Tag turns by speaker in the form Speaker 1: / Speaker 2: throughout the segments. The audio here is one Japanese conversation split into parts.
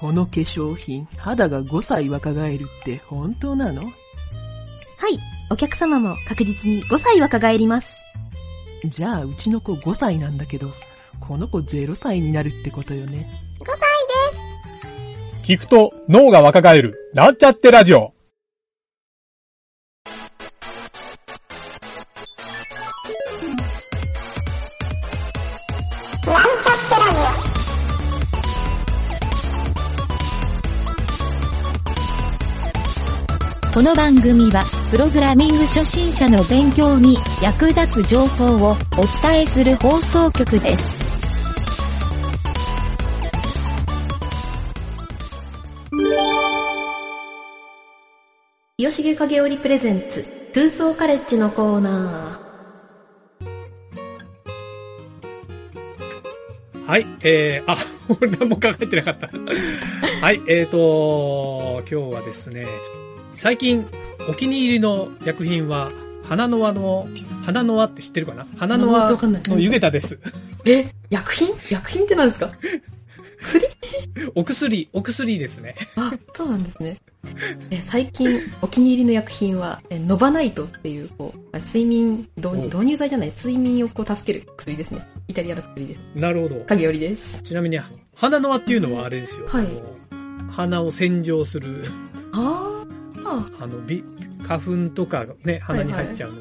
Speaker 1: この化粧品、肌が5歳若返るって本当なの
Speaker 2: はい、お客様も確実に5歳若返ります。
Speaker 1: じゃあ、うちの子5歳なんだけど、この子0歳になるってことよね。
Speaker 3: 聞くと脳が若返る、なっちゃってラジオ。
Speaker 4: この番組は、プログラミング初心者の勉強に役立つ情報をお伝えする放送局です。
Speaker 2: よしげ影織プレゼンツ、空想カレッジのコーナ
Speaker 3: はい、えー、あ、 何も考えてなかった。 はい、えーと、今日はですね、最近お気に入りの薬品は、花の輪の、花の輪って知ってるかな花の輪
Speaker 2: わかんない
Speaker 3: の湯桁です。
Speaker 2: ー。え、薬品薬品って何ですか薬
Speaker 3: お薬、お薬ですね。
Speaker 2: あ、そうなんですね。 え最近、お気に入りの薬品は、えノバナイトっていう、こう、あ睡眠導
Speaker 3: お
Speaker 2: 入、導入剤じゃない、睡眠をこう助ける薬ですね。イタリアの薬です。
Speaker 3: なるほど。
Speaker 2: 影織です。
Speaker 3: ちなみに、花の輪っていうのはあれですよ。
Speaker 2: はい
Speaker 3: あの花を洗浄する、
Speaker 2: ああ。
Speaker 3: あの、び花粉とかね、鼻に入っちゃうの。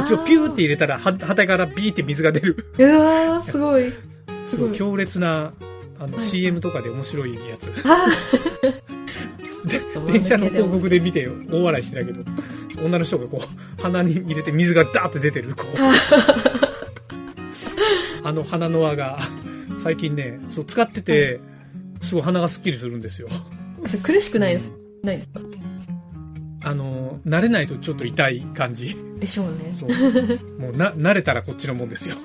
Speaker 2: はい
Speaker 3: っちをピューって入れたら、は、旗からビーって水が出る。
Speaker 2: うわー、すごい。す
Speaker 3: す
Speaker 2: ご
Speaker 3: ご
Speaker 2: い
Speaker 3: い強烈な、あの、
Speaker 2: はい
Speaker 3: CM とかで面白いやつ。
Speaker 2: あ
Speaker 3: 電車の広告で見て大笑いしてたけど、女の人がこう、鼻に入れて水がダーって出てる、こ う。あの鼻の輪が、最近ね、そう使ってて、すごい鼻がスッキリするんですよ。
Speaker 2: あ。それ苦しくないです。ないですか
Speaker 3: あの、慣れないとちょっと痛い感じ。
Speaker 2: でしょうね。
Speaker 3: そう。もうな、慣れたらこっちのもんですよ。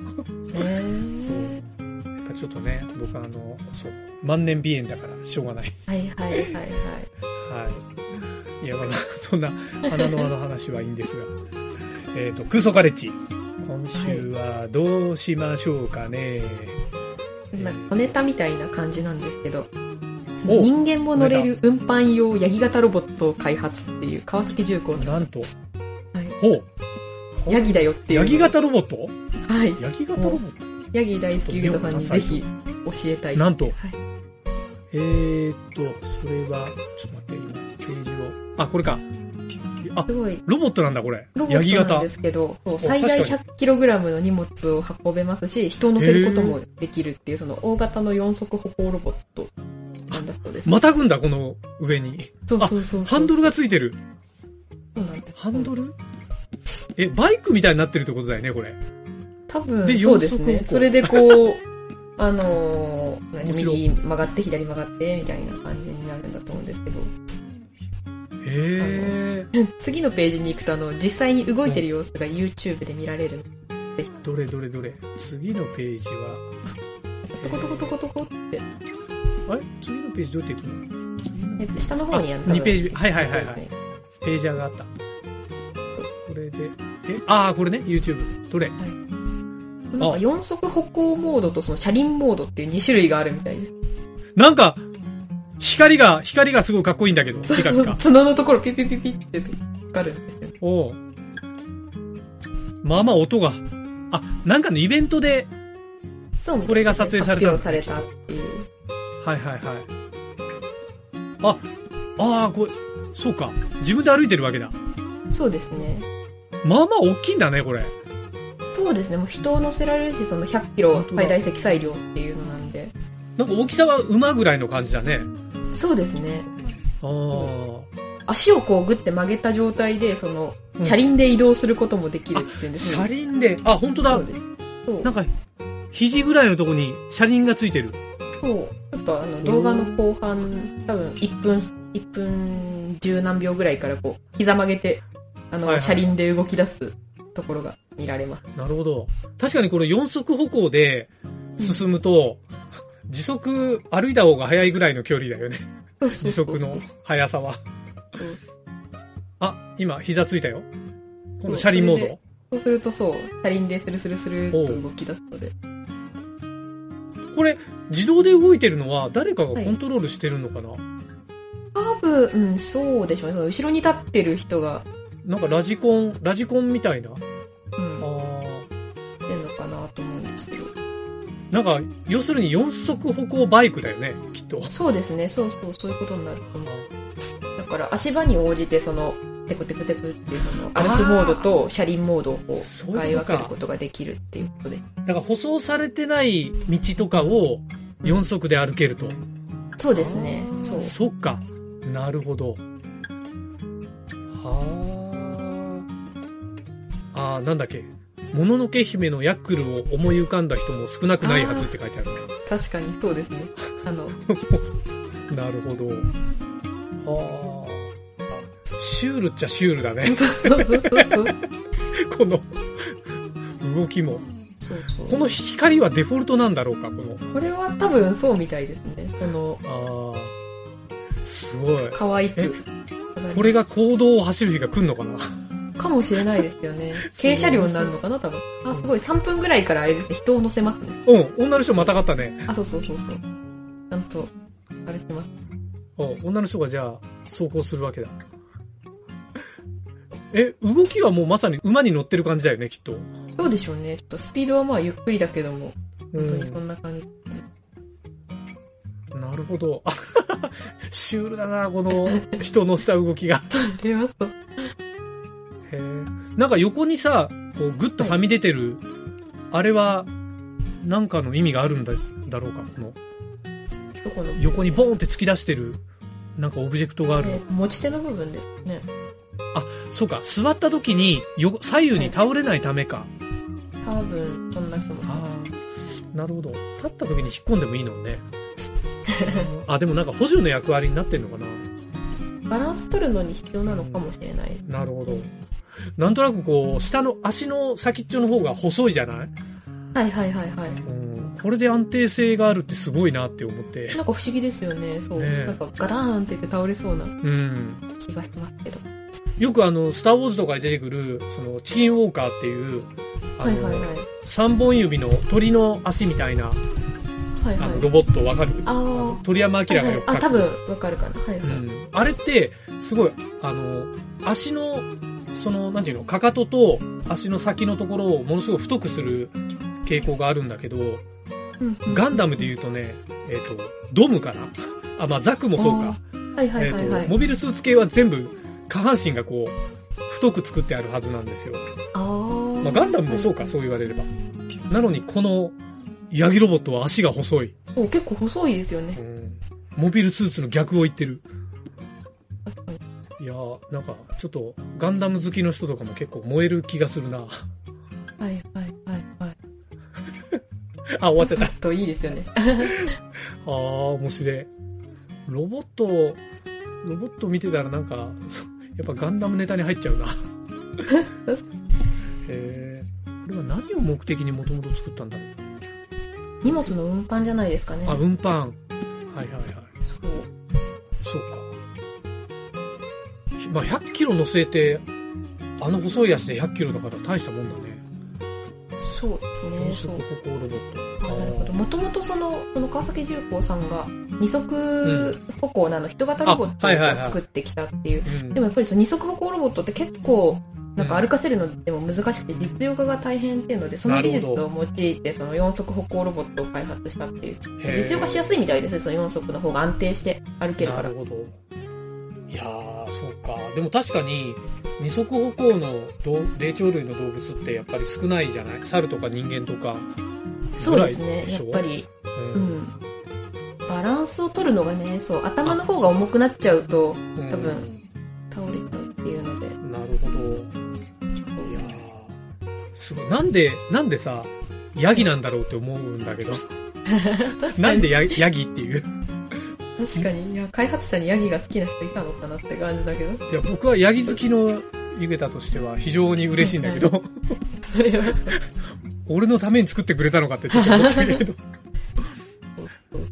Speaker 2: え
Speaker 3: やっぱちょっとね、僕あの、そう、万年鼻炎だからしょうがない。
Speaker 2: はいはいはいはい。
Speaker 3: はい。いや、まだ、 そんな、花の輪の話はいいんですが。えっと、空想カレッジ。今週はどうしましょうかね。
Speaker 2: なんか小ネタみたいな感じなんですけど、
Speaker 3: お
Speaker 2: 人間も乗れる運搬用ヤギ型ロボットを開発っていう川崎重工さん。
Speaker 3: なんと、
Speaker 2: はい
Speaker 3: ほう。
Speaker 2: ヤギだよっていう。
Speaker 3: ヤギ型ロボット
Speaker 2: はい。
Speaker 3: ヤギ型ロボット
Speaker 2: ヤギ大好きゆげたさんにぜひ教えたい。
Speaker 3: なんと、
Speaker 2: はい
Speaker 3: えーっと、それは、ちょっと待って、今、ページを。あ、これか。あ、
Speaker 2: すごい、
Speaker 3: ロボットなんだ、これ
Speaker 2: ロ。ボ
Speaker 3: ヤギ
Speaker 2: ットな
Speaker 3: 型
Speaker 2: んで。すけど、そう
Speaker 3: お
Speaker 2: 最大
Speaker 3: 確
Speaker 2: 100kg の荷物を運べますし、人を乗せることもできるっていう、その大型の4足歩行ロボットなんだそうです。
Speaker 3: またぐんだ、この上に。
Speaker 2: そうそうそうそう。
Speaker 3: ハンドルがついてる。
Speaker 2: そうなんです
Speaker 3: ハンドルえ、バイクみたいになってるってことだよね、これ。
Speaker 2: 多分
Speaker 3: で
Speaker 2: そうです
Speaker 3: 四足歩
Speaker 2: ね
Speaker 3: 行
Speaker 2: それでこうあのー何
Speaker 3: 面白
Speaker 2: 右
Speaker 3: い
Speaker 2: 曲がって左曲がってみたいな感じになるんだと思うんですけど
Speaker 3: へえ。
Speaker 2: 次のページに行くとあの実際に動いてる様子が YouTube で見られる
Speaker 3: どれどれどれ。次のページは、
Speaker 2: トコトコトコトコって
Speaker 3: あれ次のページどうやっていくの次の
Speaker 2: えっと下の方にあ
Speaker 3: あ
Speaker 2: る
Speaker 3: 二ページ目はいはいはいはいページャーがあった。これで、え、ああ、これね、YouTube。どれ
Speaker 2: なんか4足歩行モードとその車輪モードっていう2種類があるみたいです
Speaker 3: なんか、光が、光がすごいかっこいいんだけど、ピカピカ。
Speaker 2: 角のところピピピピってかかるんですよね
Speaker 3: おうまあまあ音が。あ、なんかのイベントで、
Speaker 2: そうみたいな
Speaker 3: これが撮影された
Speaker 2: 発表されたっていう
Speaker 3: はいはいはい。あ、ああ、これ、そうか。自分で歩いてるわけだ。
Speaker 2: そうですね
Speaker 3: まあまあ大きいんだね、これ。
Speaker 2: そうですね、もう人を乗せられるし、その100キロ最大積載量っていうのなんで。
Speaker 3: なんか大きさは馬ぐらいの感じだね。
Speaker 2: そうですね。
Speaker 3: ああ。
Speaker 2: 足をこうグって曲げた状態で、その
Speaker 3: う、ん
Speaker 2: 車輪で移動することもできるっていうんです
Speaker 3: 車
Speaker 2: ね。
Speaker 3: 輪で、あ、本当だ
Speaker 2: そう。です。そう。
Speaker 3: なんか、肘ぐらいのとこに車輪がついてる。
Speaker 2: そうちょっとあの、動画の後半、多分1分、1分十何秒ぐらいからこう、膝曲げて、あの、
Speaker 3: はいはい
Speaker 2: 車輪で動き出すところが見られます。
Speaker 3: なるほど。確かにこの四足歩行で進むと、時速歩いた方が速いぐらいの距離だよね。
Speaker 2: そう
Speaker 3: 時速の速さは
Speaker 2: うん。
Speaker 3: あ、今膝ついたよ。この車輪
Speaker 2: そ
Speaker 3: モー
Speaker 2: れ
Speaker 3: ド
Speaker 2: で。そうするとそう、車輪でスルスルスルっと動き出すので。
Speaker 3: これ、自動で動いてるのは誰かがコントロールしてるのかな、
Speaker 4: 多分、うん、そうでしょうね。その後ろに立ってる人が、
Speaker 3: なんかラジコン、ラジコンみたいな。
Speaker 4: うん、
Speaker 3: あー
Speaker 4: やってんのかなと思うんですけど。
Speaker 3: なんか、要するに4足歩行バイクだよね、きっと。
Speaker 4: そうですね、そうそう、そういうことになると思う。だから、足場に応じて、その、テクテクテクっていう、その、
Speaker 3: あー
Speaker 4: 歩くモードと車輪モードをこう、
Speaker 3: そういうことか
Speaker 4: 使い分けることができるっていうことで。
Speaker 3: だから舗装されてない道とかを4足で歩けると。
Speaker 4: そうですね、そう。
Speaker 3: そっか。なるほど。はあ。あーなんだっけ。もののけ姫のヤックルを思い浮かんだ人も少なくないはずって書いてあるね。
Speaker 4: 確かに、そうです ね。あの、
Speaker 3: なるほど。はあ。シュールっちゃシュールだね。
Speaker 4: そうそうそうそう。
Speaker 3: この動きも。
Speaker 4: そう
Speaker 3: こ
Speaker 4: そう
Speaker 3: の光はデフォルトなんだろうか、この。
Speaker 4: これは多分そうみたいですね。その、
Speaker 3: ああ。すごい。
Speaker 4: 可愛
Speaker 3: え
Speaker 4: く。
Speaker 3: これが行動を走る日が来るのかな
Speaker 4: かもしれないですよ ね。軽車両になるのかな、多分。あ、すごい。3分ぐらいからあれですね。人を乗せますね。
Speaker 3: うん、女の人またがったね。
Speaker 4: あ、そうそうそうそう。ちゃんと、あれしてます。
Speaker 3: うん、女の人がじゃあ、走行するわけだ。え、動きはもうまさに馬に乗ってる感じだよね、きっと。
Speaker 4: どうでしょうね。ちょっとスピードはまあゆっくりだけども、
Speaker 3: う
Speaker 4: 本当にそ
Speaker 3: ん、
Speaker 4: んな感じ。
Speaker 3: なるほど。 あはははシュールだな、この人のした動きが。
Speaker 4: ありますと。
Speaker 3: へえ。なんか横にさ、こう、ぐっとはみ出てる、あれは、なんかの意味があるんだ、だろうか。この、
Speaker 4: どこの
Speaker 3: 横にボーンって突き出してる、なんかオブジェクトがある。
Speaker 4: ね持ち手の部分ですね。
Speaker 3: そうか、座った時に、よ、左右に倒れないためか。
Speaker 4: 多分、そんな人も。
Speaker 3: ああ、なるほど。立った時に引っ込んでもいいの ね。あ、でもなんか補助の役割になってんのかな。
Speaker 4: バランス取るのに必要なのかもしれない。
Speaker 3: なるほど。なんとなくこう、下の足の先っちょの方が細いじゃない
Speaker 4: はいはいはいはい。
Speaker 3: うん。これで安定性があるってすごいなって思って。
Speaker 4: なんか不思議ですよね。そう。
Speaker 3: ねえ
Speaker 4: なんかガターンって言って倒れそうな
Speaker 3: うん。
Speaker 4: 気がしますけど。
Speaker 3: よくあの、スターウォーズとかに出てくる、その、チキンウォーカーっていう、あ
Speaker 4: はい
Speaker 3: の、
Speaker 4: はいはい。
Speaker 3: 3本指の鳥の足みたいな、
Speaker 4: はい
Speaker 3: あ
Speaker 4: は
Speaker 3: の、
Speaker 4: い。
Speaker 3: ロボットわかる
Speaker 4: あー
Speaker 3: 鳥山明が
Speaker 4: はい
Speaker 3: よ
Speaker 4: は
Speaker 3: く
Speaker 4: い
Speaker 3: 描
Speaker 4: あ、
Speaker 3: く
Speaker 4: 多分わかるかな。はいは
Speaker 3: う
Speaker 4: い。
Speaker 3: ん、あれって、すごい、あの、足の、その、なんていうの、かかとと足の先のところをものすごい太くする傾向があるんだけど、
Speaker 4: うんうん
Speaker 3: ガンダムで言うとね、えっ、と、ドムかなあ、まあ、ザクもそうか。
Speaker 4: はいはい
Speaker 3: えっ、
Speaker 4: はいはい
Speaker 3: と、。モビルスーツ系は全部、下半身がこう、太く作ってあるはずなんですよ。
Speaker 4: あー
Speaker 3: まあ、ガンダムもそうか、そう言われれば。なのに、この、ヤギロボットは足が細い。
Speaker 4: そう結構細いですよね
Speaker 3: う。んモビルスーツの逆を言ってる。
Speaker 4: 確かに
Speaker 3: いやーなんかちょっとガンダム好きの人とかも結構燃える気がする な
Speaker 4: はいはいはい はい。
Speaker 3: あ終わっちゃったあ
Speaker 4: といいですよね。
Speaker 3: あー面白いロボットロボット見てたらなんかそうやっぱガンダムネタに入っちゃうな えー、これは何を目的にもともと作ったんだろう
Speaker 4: 荷物の運搬じゃないですかね。
Speaker 3: あ運搬はいはいはい
Speaker 4: そう。
Speaker 3: そうかまあ100キロ乗せてあの細い足で100キロだから大したもんだね
Speaker 4: そうですね。
Speaker 3: 高
Speaker 4: そ
Speaker 3: 速
Speaker 4: う。
Speaker 3: 歩行ロボッ
Speaker 4: あ
Speaker 3: ト
Speaker 4: なるほど。
Speaker 3: あー
Speaker 4: もともとその、この川崎重工さんが二足歩行なの、人型ロボット
Speaker 3: あはいはいはい
Speaker 4: を作ってきたっていう。
Speaker 3: うん
Speaker 4: でもやっぱりその二足歩行ロボットって結構、なんか歩かせるのでも難しくて実用化が大変っていうので、その技術
Speaker 3: なる
Speaker 4: を用いてその四足歩行ロボットを開発したっていう。実用化しや
Speaker 3: い
Speaker 4: すいみたいですね、その四足の方が安定して歩けるか
Speaker 3: な
Speaker 4: ら
Speaker 3: る。ほど。いやー、そうか。でも確かに、二足歩行の動霊長類の動物ってやっぱり少ないじゃない猿とか人間とか。
Speaker 4: そうですね、
Speaker 3: ぐらいで
Speaker 4: や
Speaker 3: し
Speaker 4: っ
Speaker 3: ょ
Speaker 4: ぱり。
Speaker 3: う。
Speaker 4: うんん。バランスを取るのがね、そう、頭の方が重くなっちゃうと
Speaker 3: うん
Speaker 4: 多分倒れちゃうっていうので。
Speaker 3: なるほど。いやー、すごい。なんで、なんでさ、ヤギなんだろうって思うんだけ ど。なんでヤヤギっていう。
Speaker 4: 確かに、いや、開発者にヤギが好きな人いたのかなって感じだけど。
Speaker 3: いや、僕はヤギ好きの湯桁としては非常に嬉しいんだけど、
Speaker 4: それはそう、
Speaker 3: 俺のために作ってくれたのかってちょっと思ったけど。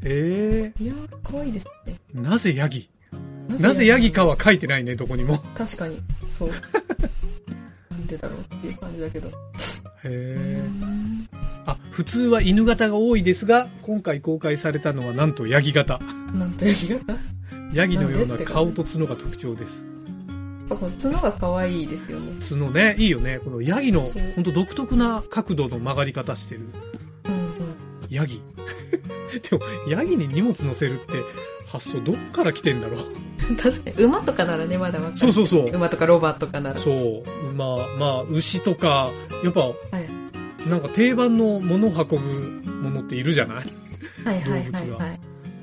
Speaker 3: え
Speaker 4: いや、可愛いですね。
Speaker 3: ー、なぜヤギなぜヤギかは書いてないね、どこにも。
Speaker 4: 確かに、 そう。なんでだろうっていう感じだけど。
Speaker 3: へえ。あ、普通は犬型が多いですが、今回公開されたのはなんとヤギ型。
Speaker 4: なんとヤギが
Speaker 3: ヤギのような
Speaker 4: なんでってか
Speaker 3: 顔と角が特徴です。
Speaker 4: この角が可愛いですよね。
Speaker 3: 角ね、いいよね。このヤギの
Speaker 4: そう、
Speaker 3: ほんと独特な角度の曲がり方してる。
Speaker 4: うん
Speaker 3: ヤギ。 でも、ヤギに荷物乗せるって発想どっから来てんだろう。
Speaker 4: うん。確かに、馬とかならね、まだわかる。
Speaker 3: そうそうそう。
Speaker 4: 馬とかロバとかなら。
Speaker 3: そう。まあ、まあ、牛とか、やっぱ、
Speaker 4: はい
Speaker 3: なんか定番のものを運ぶものっているじゃない
Speaker 4: はいはいはい
Speaker 3: 動物
Speaker 4: はい。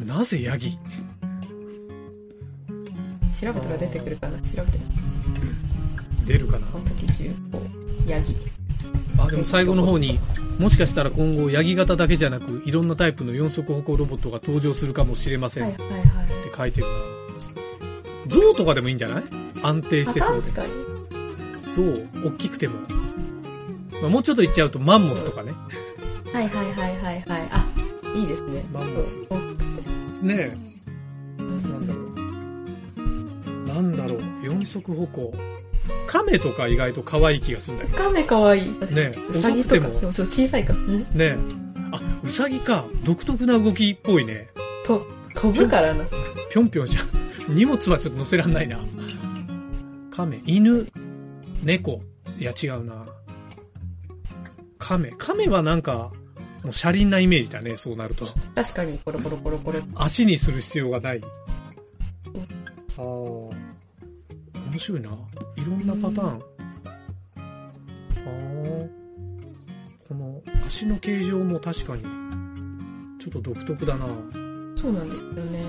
Speaker 3: なぜヤギ
Speaker 4: 調べたら出てくるかな。調べて。
Speaker 3: 出るかな
Speaker 4: 川崎重工、ヤギ。
Speaker 3: あでも最後の方にもしかしたら今後ヤギ型だけじゃなくいろんなタイプの4足歩行ロボットが登場するかもしれません
Speaker 4: はい
Speaker 3: っ
Speaker 4: は
Speaker 3: て
Speaker 4: いはい。
Speaker 3: 書いてるな象とかでもいいんじゃない安定
Speaker 4: あ、
Speaker 3: してそうで
Speaker 4: 確かに。
Speaker 3: 象大きくても、まあ、もうちょっといっちゃうとマンモスとかね
Speaker 4: はいはいはいはいはい。あ、いいですね。
Speaker 3: マンモス
Speaker 4: そう
Speaker 3: ねえ
Speaker 4: な
Speaker 3: なんだろうなんだろう4足歩行カメとか意外と可愛い気がするんだよ
Speaker 4: カメかわいい。
Speaker 3: ねえ
Speaker 4: うさぎ
Speaker 3: 遅くて
Speaker 4: とか。
Speaker 3: も
Speaker 4: でもちょっと小さいか。ん
Speaker 3: ねえあウサギか独特な動きっぽいね
Speaker 4: と、飛ぶからな。
Speaker 3: ぴょんぴょんじゃん。 荷物はちょっと乗せらんないな。亀、犬、猫。いや、違うな。亀。亀はなんか、もう車輪なイメージだね、そうなると。
Speaker 4: 確かに、コロコロコロコロ。
Speaker 3: 足にする必要がない。ああ。面白いな。いろんなパターン。ああ。この足の形状も確かに、ちょっと独特だな。
Speaker 4: そうなんですよね。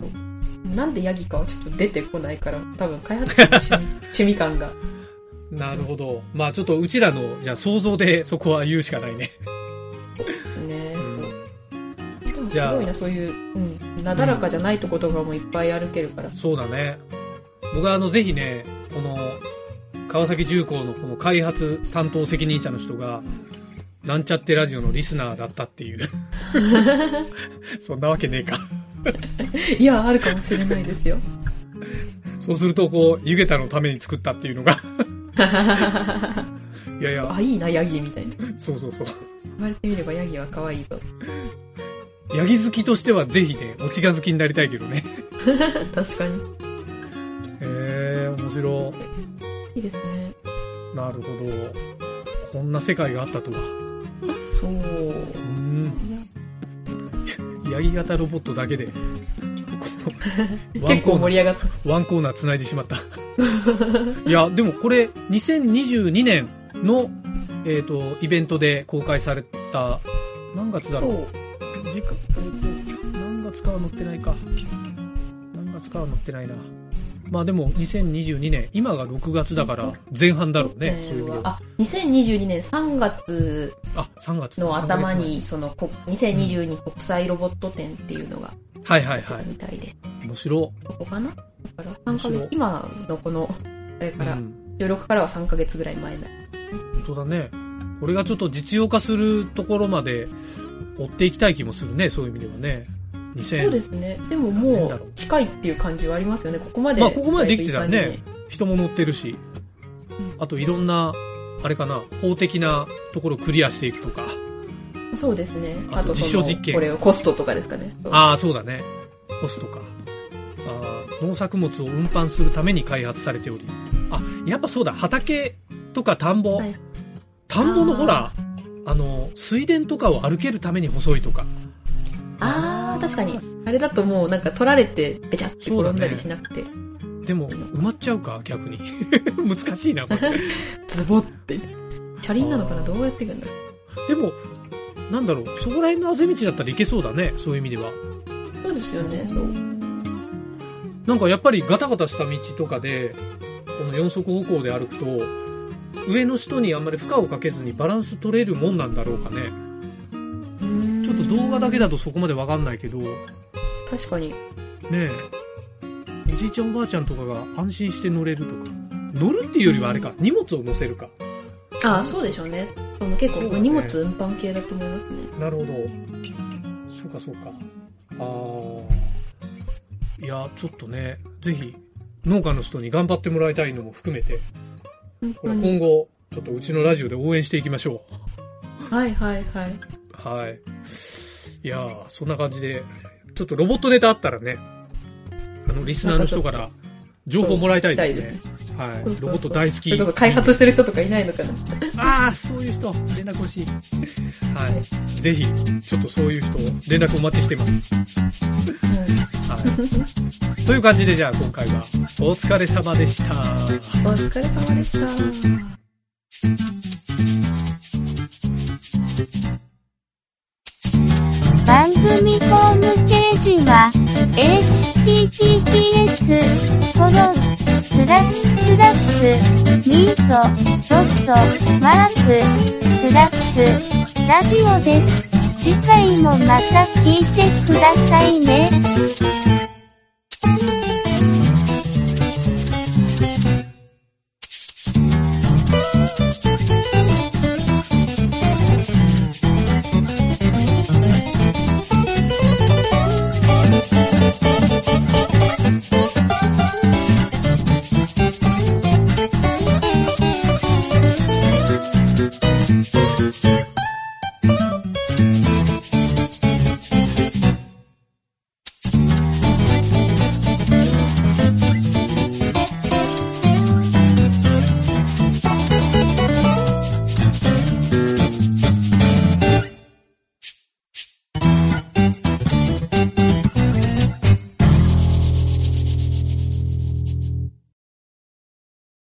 Speaker 4: そう。なんでヤギかはちょっと出てこないから、多分開発者の 趣味趣味感が。
Speaker 3: なるほど。まあちょっとうちらの、じゃあ想像でそこは言うしかないね。
Speaker 4: ねそう。でも
Speaker 3: じ
Speaker 4: す
Speaker 3: ゃあ
Speaker 4: ごいな、そういう、うん、なだらかじゃないとことかもいっぱい歩けるから。
Speaker 3: そうだね。僕はあの、ぜひね、この、川崎重工のこの開発担当責任者の人が、なんちゃってラジオのリスナーだったって いう。そんなわけねえか。
Speaker 4: いや、あるかもしれないですよ。
Speaker 3: そうすると、こう、湯桁のために作ったっていうの が。いやいや、
Speaker 4: あ、いいな、ヤギみたいな。
Speaker 3: そうそうそう。
Speaker 4: 言われてみればヤギは可愛いぞ。
Speaker 3: ヤギ好きとしてはぜひね、お近づきになりたいけどね。
Speaker 4: 確かに。
Speaker 3: へえ、面白。
Speaker 4: いいですね。
Speaker 3: なるほど。こんな世界があったとは。
Speaker 4: そう。
Speaker 3: うん。ヤギ型ロボットだけで、このワン
Speaker 4: 結
Speaker 3: コ
Speaker 4: 構盛
Speaker 3: ー
Speaker 4: り上がった。
Speaker 3: ナー、ワンコーナー繋いでしまった。いや、でもこれ、2022年の、えっ、と、イベントで公開された、何月だ
Speaker 4: そ
Speaker 3: ろう
Speaker 4: う。
Speaker 3: 時間、えーと、何月かは載ってないか。何月かは載ってないな。まあでも、2022年、今が6月だから、前半だろうね、そういう意味では。
Speaker 4: あ、2022年3月
Speaker 3: あ、3月
Speaker 4: の頭。
Speaker 3: 3
Speaker 4: に、その、こ2022国際ロボット展っていうのが
Speaker 3: 月前はいはいは
Speaker 4: みたいで、
Speaker 3: い。面白。
Speaker 4: ここかなだから三ヶ
Speaker 3: 面白い
Speaker 4: 月、今のこの、あれから
Speaker 3: う、ん
Speaker 4: 収録からは3ヶ月ぐらい前だ。
Speaker 3: 本当だね。これがちょっと実用化するところまで追っていきたい気もするね、そういう意味ではね。
Speaker 4: そう
Speaker 3: 2000
Speaker 4: ですね。でも
Speaker 3: 何年
Speaker 4: も
Speaker 3: だろう
Speaker 4: う、近いっていう感じはありますよね。ここまで。
Speaker 3: まあここまでできてたらね
Speaker 4: だいぶいい感
Speaker 3: 人も乗ってるし
Speaker 4: ん、
Speaker 3: あといろんな、あれかな、法的なところをクリアしていくとか。
Speaker 4: じに。そうですね。
Speaker 3: あ
Speaker 4: あ
Speaker 3: と
Speaker 4: と、
Speaker 3: 実証
Speaker 4: その
Speaker 3: 実験
Speaker 4: これをコストとかですかね。そう
Speaker 3: ああ、そうだね。コストか。あー農作物を運搬するために開発されており。あ、やっぱそうだ、畑とか田んぼ。
Speaker 4: はい
Speaker 3: 田んぼのほら、あの、水田とかを歩けるために細いとか。
Speaker 4: あー、確かに。あれだともう、なんか取られて、べちゃって転んだりしなくて、
Speaker 3: でも、埋まっちゃうか、逆に。 難しいな、これ。
Speaker 4: ズボって。車輪なのかなどうやっていくんだろう
Speaker 3: でも、なんだろう、そこら辺のあぜ道だったらいけそうだね、そういう意味では。
Speaker 4: そうですよね、そう。
Speaker 3: なんかやっぱりガタガタした道とかで、この四足歩行で歩くと、上の人にあんまり負荷をかけずにバランス取れるもんなんだろうかね。ちょっと動画だけだとそこまでわかんないけど、ね
Speaker 4: 確かに。
Speaker 3: え、おじいちゃんおばあちゃんとかが安心して乗れるとか。乗るっていうよりはあれか、荷物を乗せるか。
Speaker 4: ああ、そうでしょうね。その結構
Speaker 3: そうだね
Speaker 4: 荷物運搬系だと思いますね。
Speaker 3: なるほど。そうかそうか。ああ。いや、ちょっとね、ぜひ、農家の人に頑張ってもらいたいのも含めて、
Speaker 4: 本
Speaker 3: こ
Speaker 4: 当
Speaker 3: れ
Speaker 4: に。
Speaker 3: 今後、ちょっとうちのラジオで応援していきましょう。
Speaker 4: はいはいはい。
Speaker 3: はい。いやー、そんな感じで、ちょっとロボットネタあったらね、あの、リスナーの人から情報もらいたいですね。はい
Speaker 4: そうそう。そう
Speaker 3: ロボット大好
Speaker 4: それこそ
Speaker 3: き。
Speaker 4: 開発してる人とかいないのかな。
Speaker 3: ああ、そういう人、連絡欲しい。はい。ぜひ、ちょっとそういう人、連絡お待ちしてます。はい。という感じで、じゃあ今回は、お疲れ様でした。
Speaker 4: うん、お疲れ様でした。
Speaker 5: 番組ホームページは https コロンスラッシュスラッシュミートドットマークスラッシュラジオです。次回もまた聞いてくださいね。